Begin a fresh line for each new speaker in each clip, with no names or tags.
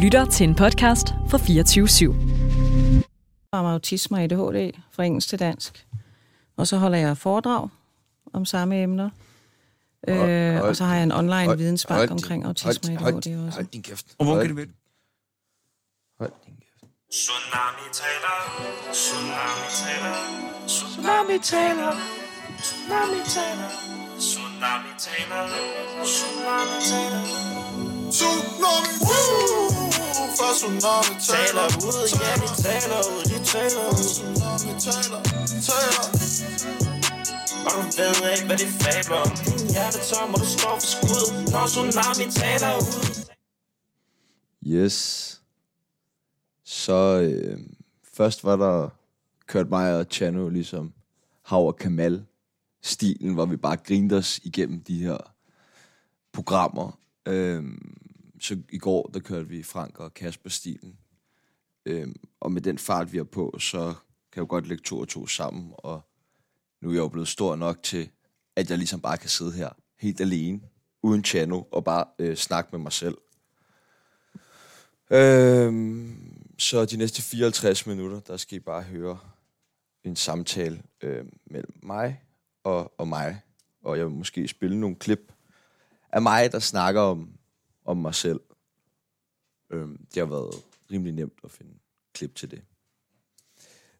lytter til en podcast fra 24 /7.
om autisme og ADHD fra engelsk til dansk. Og så holder jeg foredrag om samme emner. Og, øh, og, og så har jeg en online og, vidensbank
Hold din-
omkring autisme og
hold,
ADHD
hold,
også.
hold din kæft.
Og hvor
hold,
kan det være?
Hold din kæft.
Tsunami taler, tsunami taler,
Tsunami taler.
tsunami taler, tsunami taler, tsunami taler.
Tsunami, woo! For tsunami taler ud, ja de taler ud, de taler ud. Tsunami taler, taler.
Og du ved ikke, hvad de fabler om. Din hjerte tom, og du står for skud, når tsunami taler ud.
Yes. Så øh, først var der Kurt Meyer og Chano, ligesom Hav og Kamal-stilen, hvor vi bare grinede os igennem de her programmer. Øh, så i går, der kørte vi Frank og Kasper-stilen. Øh, og med den fart, vi har på, så kan jeg jo godt lægge to og to sammen, og nu er jeg jo blevet stor nok til, at jeg ligesom bare kan sidde her helt alene, uden Chano, og bare øh, snakke med mig selv. Øhm, så de næste 54 minutter, der skal I bare høre en samtale øh, mellem mig og, og mig. Og jeg vil måske spille nogle klip af mig, der snakker om, om mig selv. Øhm, det har været rimelig nemt at finde klip til det.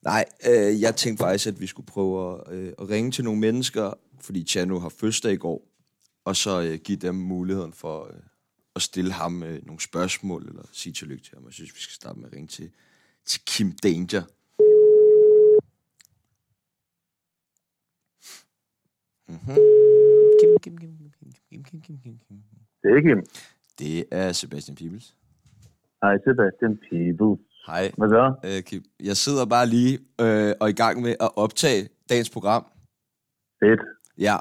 Nej, øh, jeg tænkte faktisk, at vi skulle prøve at, øh, at ringe til nogle mennesker, fordi Chano har fødselsdag i går, og så øh, give dem muligheden for... Øh, at stille ham øh, nogle spørgsmål, eller sige tillykke til ham. Jeg synes, vi skal starte med at ringe til, til Kim Danger. Mhm.
Kim, Kim, Kim, Kim, Kim, Kim, Kim, Kim, Kim.
Det er ikke en...
Det er Sebastian Pibels.
Hej, Sebastian Peebles.
Hej.
Hvad så?
Øh, Kim. Jeg sidder bare lige øh, og er i gang med at optage dagens program.
Fedt.
Ja.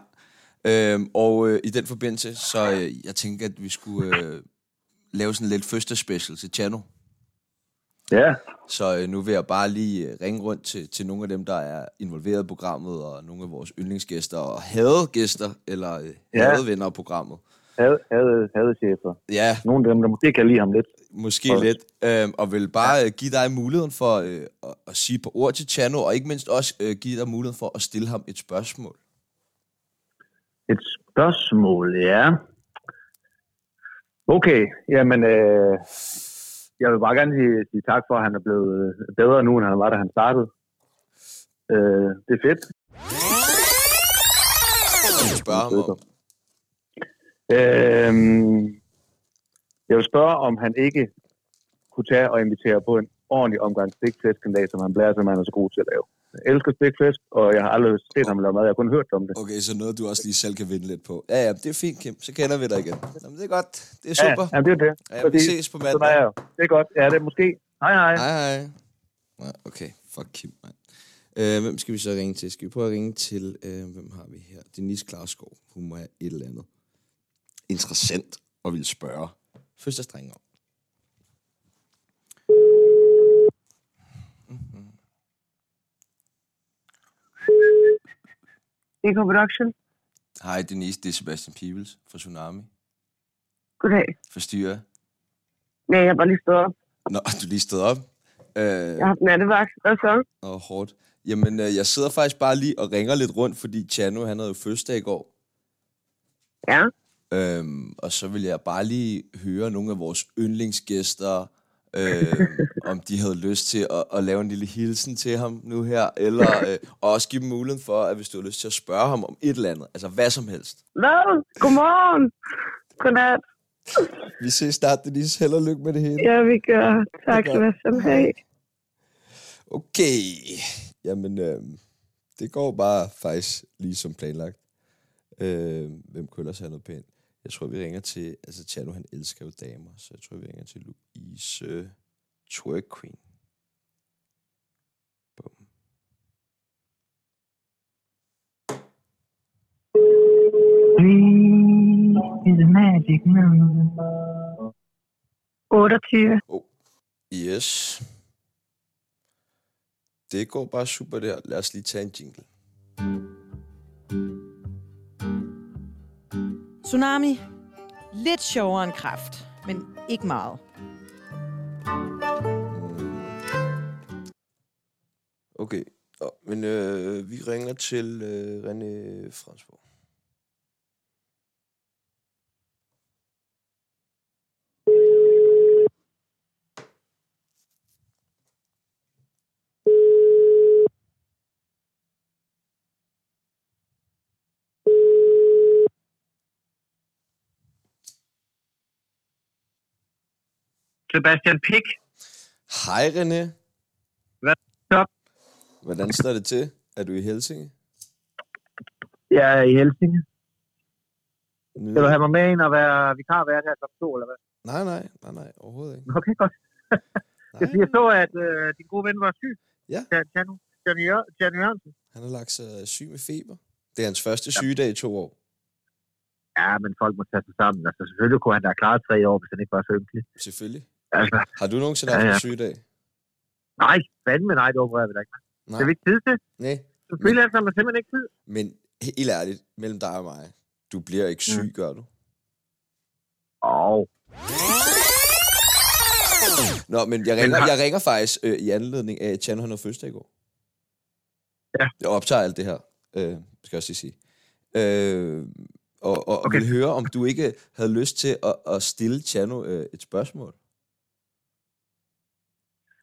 Øhm, og øh, i den forbindelse, så øh, jeg tænker, at vi skulle øh, lave sådan lidt første special til Chano.
Ja,
Så øh, nu vil jeg bare lige øh, ringe rundt til, til nogle af dem, der er involveret i programmet, og nogle af vores yndlingsgæster og hadegæster, eller øh,
Ja.
hadevenner af programmet.
havde, havde, havde chefer.
Ja,
Nogle af dem, der måske kan lide ham lidt.
måske
Og-
lidt. Øhm, og vil bare øh, give dig muligheden for øh, at, at sige på ord til Chano, og ikke mindst også øh, give dig muligheden for at stille ham et spørgsmål.
Et spørgsmål, ja. Okay, jamen, øh, jeg vil bare gerne sige, sige tak for, at han er blevet øh, bedre nu, end han var, da han startede. Øh, det er fedt.
Så spørg ham om.
Øh, jeg vil spørge, om han ikke kunne tage og invitere på en ordentlig omgang stikflæsk en dag, som han blærer, som han er så god til at lave. Jeg elsker stikflæsk, og jeg har aldrig set ham lave mad. Jeg har kun hørt om det.
Okay, så noget, du også lige selv kan vinde lidt på. Ja, ja, det er fint, Kim. Så kender vi dig igen. Jamen, det er godt. Det er super.
Ja, jamen, det er det.
Ja, vi
Præcis.
ses på
Sådan er
mandag.
jeg jo. Det er godt. Ja, det er måske. Hej, hej.
Hej, hej. Nej, okay. Fuck Kim, mand. Øh, hvem skal vi så ringe til? Skal vi prøve at ringe til, øh, hvem har vi her? Denise Klarskov. Hun må have et eller andet interessant og vil spørge. Først at strenge om.
Mm-hmm. Eco Production.
Hej Denise, det er Sebastian Peebles fra Tsunami.
Goddag.
Forstyrrer.
Ja, jeg var lige stået op.
Nå, du er lige stået op. Øh,
Jeg har haft nattevagt. Hvad så?
og hårdt. Jamen, øh, jeg sidder faktisk bare lige og ringer lidt rundt, fordi Chano, han havde jo fødselsdag i går.
Ja.
Øhm, og så vil jeg bare lige høre nogle af vores yndlingsgæster, øhm, om de havde lyst til at, at lave en lille hilsen til ham nu her, eller øh, og også give dem muligheden for, at hvis du har lyst til at spørge ham om et eller andet, altså hvad som helst.
Hvad? Godmorgen. Godnat.
Vi ses snart, Denise. Held og lykke med det hele.
Ja, vi gør. Tak skal du have. Sådan. Hej.
Okay. Jamen, øhm, det går bare faktisk lige som planlagt. Øh, hvem kunne ellers have noget pænt? Jeg tror, vi ringer til... Altså, Tjerno, han elsker jo damer, så jeg tror, vi ringer til Louise Twerk Queen. Bum.
Is a magic number. 28.
Yes. Det går bare super der. Lad os lige tage en jingle.
Tsunami. Lidt sjovere end kraft, men ikke meget.
Okay. Nå, men øh, vi ringer til øh, René Fransborg.
Sebastian Pick.
Hej René.
Hvad så?
Hvordan står det til? Er du i Helsinge?
Jeg er i Helsinge.
Mm. Nyd-
Skal du have mig med ind og være vikarvært her kl. 2, eller hvad?
Nej, nej, nej, nej, overhovedet ikke.
Okay, godt. Jeg,
Nej,
jeg så, at øh, din gode ven var syg.
Ah. Ja.
Jan- Jan- Jan- Jør- Jan Jørgensen.
han har lagt sig syg med feber. Det er hans første sygedag i to år.
Ja, men folk må tage sig sammen. Altså, selvfølgelig kunne han da klare tre år, hvis han ikke var så ynkelig.
Selvfølgelig.
Altså,
Har du nogensinde
Ja,
haft
ja.
en sygedag?
nej, fandme nej, det opererer vi da ikke.
Nej.
Det er vi ikke tid til.
Nej.
Som freelancer har man simpelthen ikke tid.
Men helt ærligt, mellem dig og mig, du bliver ikke
Mm.
syg, gør du?
Åh,
Nå, men jeg ringer,
har-
jeg ringer faktisk øh, i anledning af, at Chan havde fødselsdag i går.
Ja.
Jeg optager alt det her, øh, skal jeg også lige sige. Øh, og og okay.
Okay.
ville høre, om du ikke havde lyst til at, at stille Chano øh, et spørgsmål.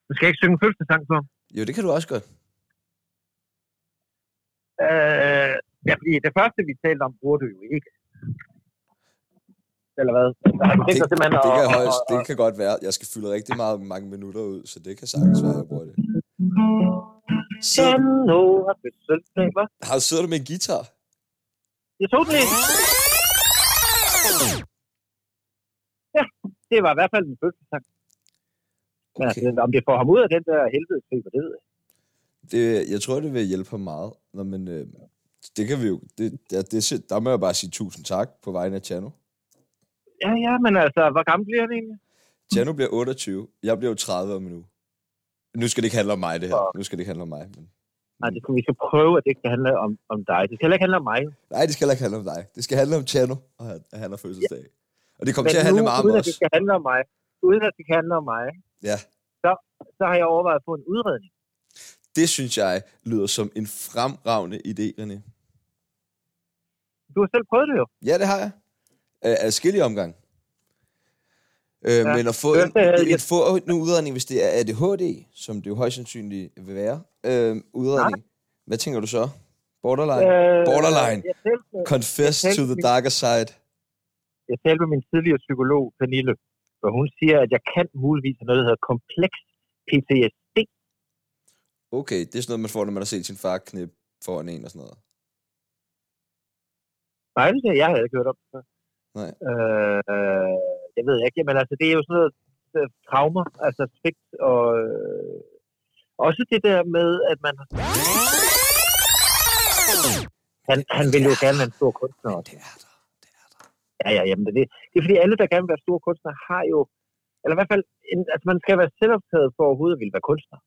du skal jeg ikke synge en fødselsdagssang for ham.
Jo, det kan du også godt.
Øh, ja, fordi det første, vi talte om, bruger du jo ikke. Eller hvad?
Det,
Det,
det, kan, højst, det kan godt være. Jeg skal fylde rigtig meget mange minutter ud, så det kan sagtens være, at jeg bruger det. Sidder,
Sådan nu har fødselsdag, hva'?
har, sidder du med en guitar?
Jeg tog den lige. Ja, det var i hvert fald en fødselsdag. Men
Okay.
altså, om det får ham ud af den der helvede feber, det ved jeg. ikke.
Det, jeg tror, det vil hjælpe ham meget. Nå, men øh, det kan vi jo... Det, ja, det, er sind- der må jeg bare sige tusind tak på vegne af Chano.
Ja, ja, men altså, hvor gammel bliver han egentlig?
Chano bliver 28. Jeg bliver jo 30 om en uge. Nu skal det ikke handle om mig, det her. Nu skal det ikke handle om mig. Men...
Nej, det skal, vi skal prøve, at det ikke skal handle om, om dig. Det skal heller ikke handle om mig.
Nej, det skal heller ikke handle om dig. Det skal handle om Chano, og han- at han har fødselsdag. Og det kommer
Men
til at handle meget om
uden at
os.
det skal handle om mig, uden at det skal handle om mig,
Ja.
så, så har jeg overvejet at få en udredning.
Det synes jeg lyder som en fremragende idé, René.
Du har selv prøvet det jo.
Ja, det har jeg. Øh, Adskillige omgang. Øh,
Ja.
Men at få en,
Det er-
en, en,
jeg-
få en udredning, hvis det er ADHD, som det jo højst sandsynligt vil være, øh, udredning. Hvad tænker du så? Borderline? Øh,
Øh,
Borderline.
Jeg talte, med-
Confess
jeg
to the
tænkte-
darker side.
jeg talte med min tidligere psykolog, Pernille, og hun siger, at jeg kan muligvis have noget, der hedder kompleks PTSD.
Okay, det er sådan noget, man får, når man har set sin far knip foran en og sådan noget.
Nej, det er jeg havde ikke hørt om. det før.
Nej.
Øh, jeg ved ikke, men altså, det er jo sådan noget øh, traumer, altså svigt, og øh, også det der med, at man... Han, han vil jo gerne være en stor kunstner også.
Det er der. Det er der.
Ja, ja, jamen det, det er fordi alle, der gerne vil være store kunstnere, har jo... Eller i hvert fald, en, altså man skal være selvoptaget for overhovedet at ville være kunstner.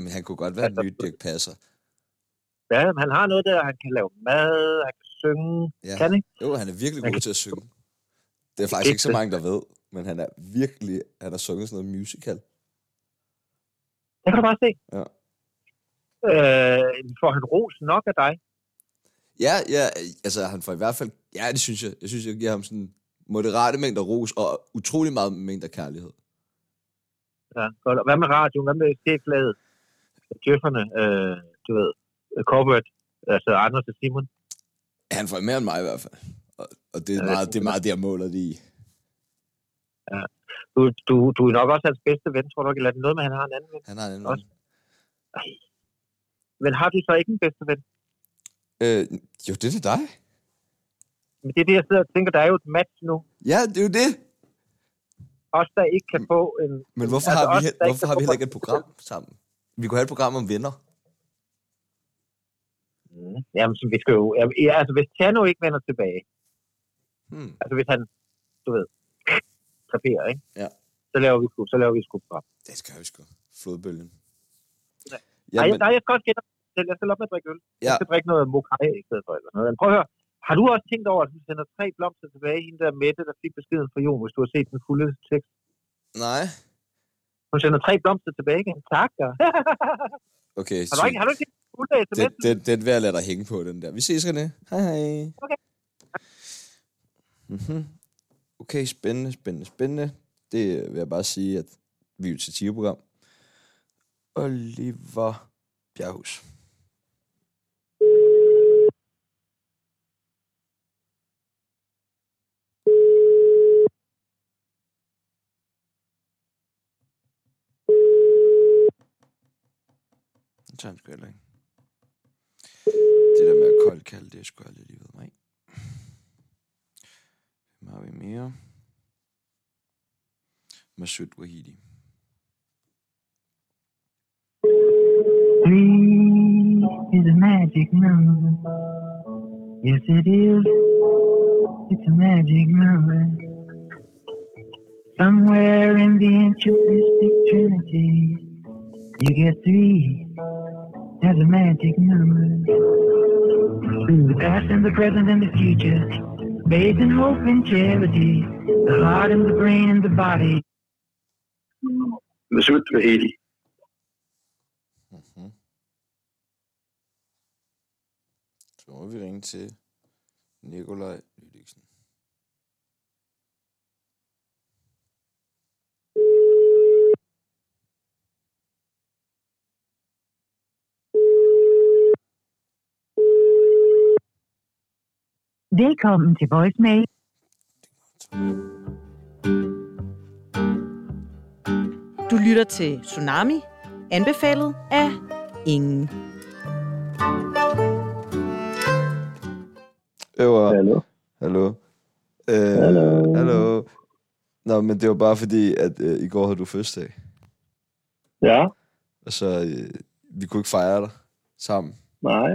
Men han kunne godt være en ny Dirk Passer.
Ja, men han har noget der, han kan lave mad, han kan synge,
Ja.
kan ikke?
Jo, han er virkelig
Man
god
kan-
til at synge. Det er faktisk
Det-
ikke så mange, der ved, men han er virkelig... Han har sunget sådan noget musical.
Det kan du bare se.
Ja.
Øh, får han ros nok af dig?
Ja, ja, altså han får i hvert fald... Ja, det synes jeg. Jeg synes, jeg giver ham sådan moderate mængder ros og utrolig meget mængder kærlighed.
Ja, godt. Og hvad med radioen? Hvad med cheflaget? Djøfferne, øh, du ved, øh, corporate, altså Anders og Simon.
Han får mere end mig i hvert fald. Og, og det, er
Ja,
meget,
det-
det er meget det, jeg måler det i.
Du, du, du er nok også hans bedste ven, tror du ikke? Eller er det noget med, at han har en anden ven?
Han har en anden
Også.
ven.
Men har du så ikke en bedste ven?
øh, Jo, det er da dig.
Men det er det, jeg sidder og tænker, der er jo et match nu.
Ja, det er jo det.
Os, der ikke
Mm.
kan få en...
Men hvorfor,
Altså,
har, vi,
os,
he-
der
hvorfor
kan
har vi
få-
heller ikke et program sammen? Vi kunne have et program om venner.
Mm. Jamen, så vi skal jo... Jamen, ja, altså, hvis Tjano ikke vender tilbage,
Hmm.
altså hvis han, du ved, taperer, ikke?
Ja.
Så laver vi sgu, så laver vi sgu fra.
Det skal vi sgu. Flodbølgen.
Nej,
Jamen,
nej, jeg skal også gætte mig selv. Jeg skal op med at drikke øl.
Ja.
Jeg skal drikke noget mokai i stedet for eller noget. Men prøv at høre. Har du også tænkt over, at hun sender tre blomster tilbage, hende der Mette, der fik beskeden fra Jon, hvis du har set den fulde tekst?
Nej.
Hun sender tre blomster tilbage igen. Tak. og-
Okay,
har du Altså, ikke, har du ikke en fulddag til
den, den, den vil jeg lade dig hænge på, den der. Vi ses, René. Hej, hej.
Okay.
Mm-hmm. Okay, spændende, spændende, spændende. Det vil jeg bare sige, at vi er jo til 10 program. Oliver Bjerghus. Den tager han sgu heller ikke. Det der med at koldt kalde, det er sgu aldrig lige ved mig. Hvem har vi mere? Masud Wahidi.
Three is a magic number. Yes, it is. It's a magic number. Somewhere in the intricate trinity, you get three as a magic number. Through the past and the present and the future, bathed in hope and charity, the heart and the brain and the body.
Masud Vahedi.
Mm-hmm. Så må vi ringe til Nikolaj Lydiksen.
Velkommen til voicemail.
Du lytter til Tsunami, anbefalet af ingen.
Øver. Hallo. Hallo. Øh, hallo. Hallo. Nå, men det var bare fordi, at øh, i går havde du fødselsdag.
Ja.
Og så, øh, vi kunne ikke fejre dig sammen.
Nej.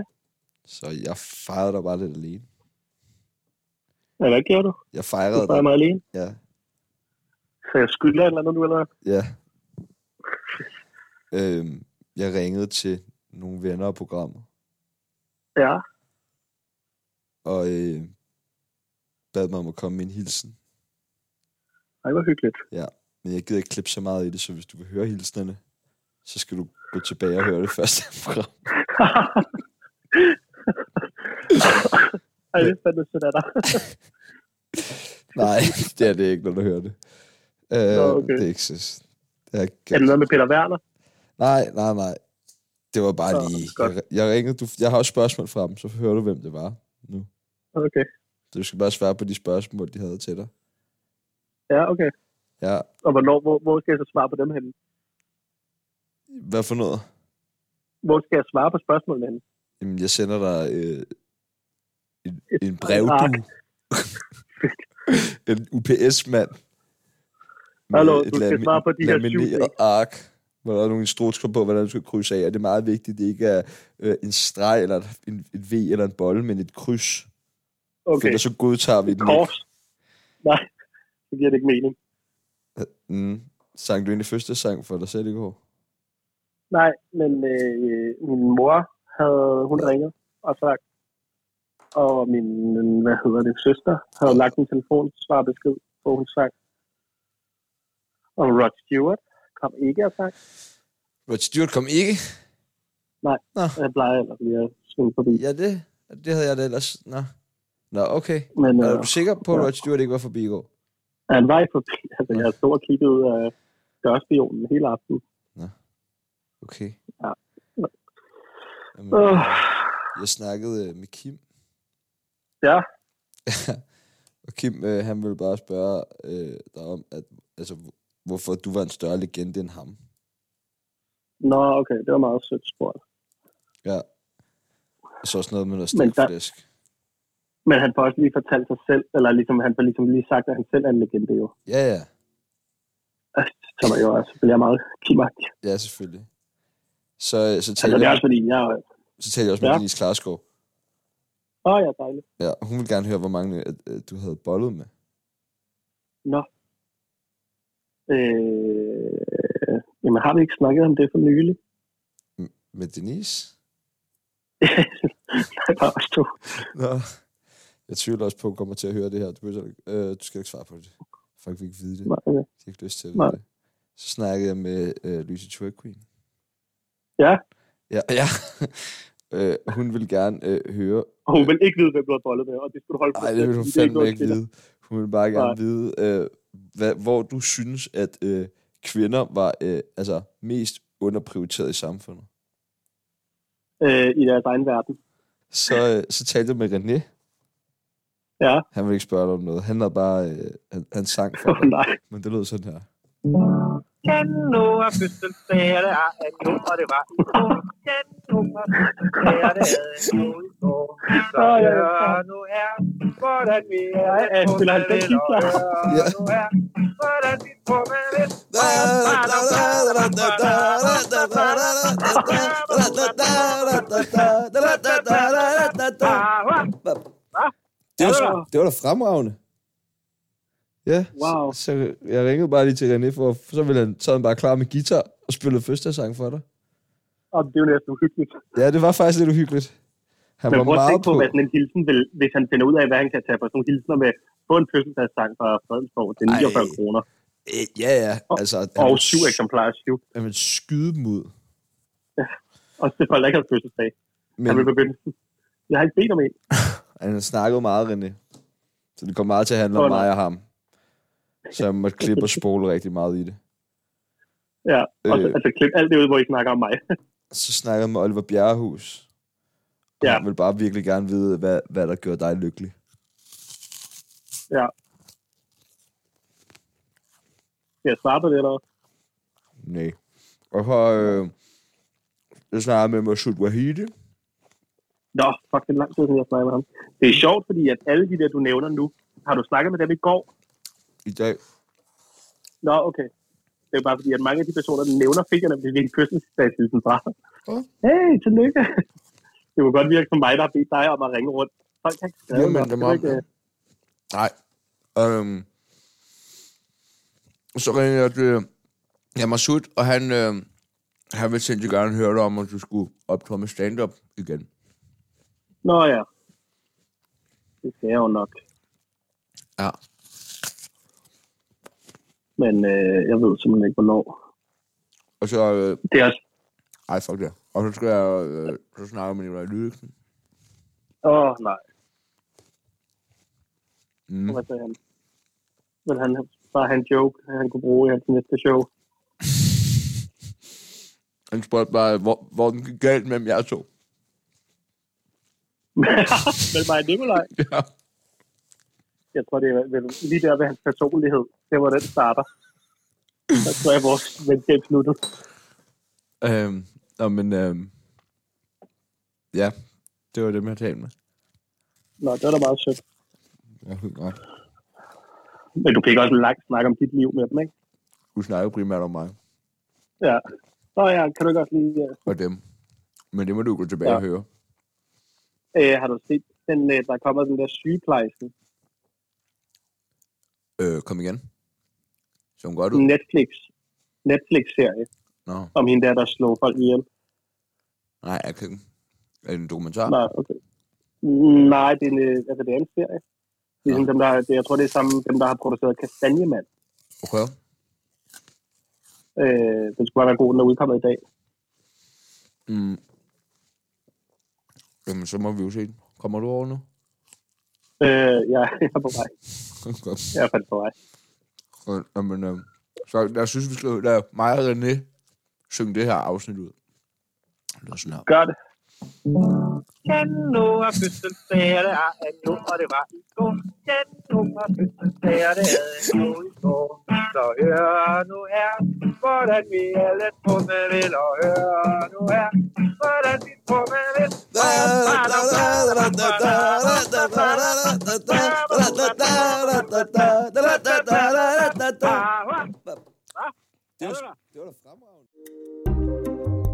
Så jeg fejrede dig bare lidt alene.
Ja, hvad gjorde du?
Jeg fejrede
Du fejrede mig alene?
Ja.
Så jeg skylder et eller andet nu, eller hvad?
Ja. øhm, jeg ringede til nogle venner af programmet,
Ja.
og øh, bad mig om at komme med en hilsen.
Ej, hvor hyggeligt.
Ja, men jeg gider ikke klippe så meget i det, så hvis du vil høre hilsnerne, så skal du gå tilbage og høre det første program.
Ej, det er fandme sødt af dig.
Nej, det er det ikke, når du hører det. Øh,
Nå, okay.
Det er ikke så... Det er,
Er det noget med Peter Werner?
Nej, nej, nej. Det var bare
Nå,
lige... Jeg, jeg, ringede, du, jeg har også spørgsmål fra dem, så hører du, hvem det var.
Okay.
Så du skal bare svare på de spørgsmål, de havde til dig.
Ja, okay.
Ja,
Og hvornår, hvor, hvor skal jeg så svare på dem henne?
hvad for noget?
Hvor skal jeg svare på spørgsmålene henne?
Jamen, jeg sender dig øh, en, en brev,
ark.
du. en UPS-mand. med
Hallo,
et
du skal
lami-
svare på de her syv
lamineret
ting.
ark, hvor der er nogle instrukser på, hvordan du skal krydse af. Og det er meget vigtigt, at det ikke er øh, en streg, eller et- en, et V, eller en bolle, men et kryds. For
Okay.
ellers så godtager vi den
Kors? Nej, det giver det ikke mening.
ikke. Mm. Sang du egentlig første sang for dig selv i går?
Nej, men øh, min mor havde, hun ringet og sagt, og min, hvad hedder det, søster havde lagt en telefonsvarbesked, hvor hun sang, og Rod Stewart kom ikke og sang.
Rod Stewart kom ikke?
Nej,
Nå.
jeg plejer ellers lige at svinge forbi.
Ja, det, det havde jeg da ellers. Nå, Nå okay.
Men,
Men, er
øh,
du sikker på, at
ja.
Rod Stewart ikke var forbi i går?
Han var ikke forbi, altså jeg stod og kiggede ud af dørspionen hele aftenen.
Okay.
Ja.
Jamen,
Øh.
Jeg snakkede øh, med Kim,
Ja,
og Kim øh, han ville bare spørge øh, dig om, at, altså, hvor- hvorfor du var en større legende end ham.
nå okay, det var meget sødt spurgt.
Ja. Og så også noget med noget
Men der-
stikflæsk.
Men han får også lige fortalt sig selv, eller ligesom, han får ligesom lige sagt, at han selv er en legende jo.
Ja, ja.
som er jo også selvfølgelig er meget kimagtig.
Ja, selvfølgelig. Så, øh, så talte
Altså, det er
jeg,
også fordi, jeg er...
så talte jeg også med
Ja.
ja. Denise Klarskov.
Åh, oh, ja, dejligt.
Ja, og hun ville gerne høre, hvor mange at, øh, du havde bollet med.
Nå. Øh, jamen, har vi ikke snakket om det for nylig?
Med Denise?
Nej, bare os to.
Nå. Jeg tvivler også på, at hun kommer til at høre det her. Du, behøver, selv ikke- øh, du skal ikke svare på det. Folk fik ikke vide det.
Nej, okay.
De har ikke lyst til at vide
Nej.
det. Så snakkede jeg med øh, Lucy Twerk Queen.
Ja.
Ja, ja. øh, hun ville gerne øh, høre...
Og hun vil ikke vide, hvem du har bollet med, og det skulle du holde
Nej, det vil hun
er
fandme
noget,
ikke
kvinder.
vide. Hun vil bare gerne
Nej.
vide, øh, hvad, hvor du synes, at øh, kvinder var øh, altså, mest underprioriteret i samfundet.
Øh, I deres egen verden.
Så, øh, så talte jeg med René.
Ja.
Han ville ikke spørge dig om noget. Han havde bare... Øh, han, han sang for
oh, nej.
Men det lød sådan her.
Den nu er fødselsdag, det er en nu, og det var i går. Den nu er fødselsdag, det er en nu i går. Så
Åh, ja,
hør
tak.
nu her, hvordan vi er.
Ja, jeg spiller
på
90
vel, og
guitar.
hør
Ja.
nu her, hvordan vi på med det.
Det
Ja, det
var,
var-
det var da fremragende. Ja,
Wow.
så, så jeg ringede bare lige til René, for så, ville han, så var han bare klar med guitar og spillede fødselsdagssang for dig.
Og det er jo næsten uhyggeligt.
Ja, det var faktisk lidt uhyggeligt. Han
Men
var
prøv at
meget
tænke på,
på.
hvad sådan en hilsen vil, hvis han finder ud af, hvad han kan tage på sådan nogle hilsener med. Få en fødselsdagssang fra Fredensborg, det er
Ej.
49 kroner.
Øh, Ja, ja. Altså,
Og syv eksemplarer syv.
Han ville skyde dem ud.
Og så folk, der ikke har fødselsdag. Men... Han
Men-
vil begynde. Jeg har ikke bedt om en.
Han snakkede meget, René. Så det kom meget til at handle om
Åh, nej.
mig og ham. Så jeg måtte klippe og spole rigtig meget i det.
Ja, og så,
Øh.
altså klip alt det ud, hvor I snakker om mig.
Så snakkede jeg med Oliver Bjerrehus. Og ja. han ville bare virkelig gerne vide, hvad, hvad der gjorde dig lykkelig.
ja. Skal jeg svare på det, eller?
Nej. Og så... Øh, jeg snakkede med Masoud Wahidi.
Nå, fuck, det er lang tid, siden jeg snakker med ham. Det er sjovt, fordi at alle de der, du nævner nu, har du snakket med dem i går?
I dag.
Nå, okay. Det er bare fordi, at mange af de personer, der nævner fingrene, vil vi en fødselsdagshilsen fra.
Oh.
Hey, tillykke. Det kunne godt virke som mig, der har bedt dig om at ringe rundt. Folk kan ikke skrive
Jo, men
nok.
det
Kan
må-
du ikke, øh,
Nej. Øhm, så ringede jeg til ja, Masud, og han, øh, han ville sindssygt gerne høre dig om, at du skulle optage med stand-up igen.
Nå ja. Det skal jeg jo nok.
Ja.
Men øh, jeg ved simpelthen ikke, hvornår.
Og så... Øh,
det er også...
Ej, fuck det. Og så skal jeg... Øh, så snakker jeg med Nicolaj Lydiksen.
Åh, oh, nej.
Mm.
Hvad sagde han? Men han bare have en joke, han kunne bruge i hans næste show.
Han spurgte bare, hvor, hvor den gik galt mellem jer to.
Men mig og Nikolaj.
Ja.
Jeg tror, det er vel, lige der ved hans personlighed. Det var den starter. Så tror jeg, vores venskab sluttede.
Øhm, nå, men... Øhm, ja, det var det, jeg talte med.
Nå, det var da meget sødt.
Ja, helt godt.
Men du fik også en lang snak om dit liv med dem, ikke?
Du snakker primært om mig
Ja. Nå ja, kan du ikke også lige... øh,
og dem. Men det må du gå tilbage ja.
Ja.
og høre.
Øh, har du set, den, øh, der kommer den der sygeplejersken?
Øh, kom igen. Så hun godt ud.
En Netflix. Netflix-serie
Nå,
om hende der, der slog folk ihjel.
nej, jeg kan ikke. Er det en dokumentar?
Nej, okay. Mm, Nej, det er en, øh, altså, det er en serie. Det er sådan, dem, der, det, jeg tror, det er sammen dem, der har produceret Kastanjemand.
Okay.
Øh, den skulle bare være god, den er udkommet i dag.
Mm. Jamen, så må vi jo se den. Kommer du over nu?
Øh, ja, jeg er på vej.
Godt.
Jeg er fandme på vej.
Godt. Jamen, øh, så jeg synes, vi skal lade mig og René synge det her afsnit ud. Det lyder sådan her.
Gør det.
Den nu er fødselsdag, det er en nu, og det var i går. Den nu er fødselsdag, det er en nu i går. Så hør nu her, hvordan vi alle trumme vil, og hør nu her, hvordan vi trumme vil.
Det var, det var da fremragende.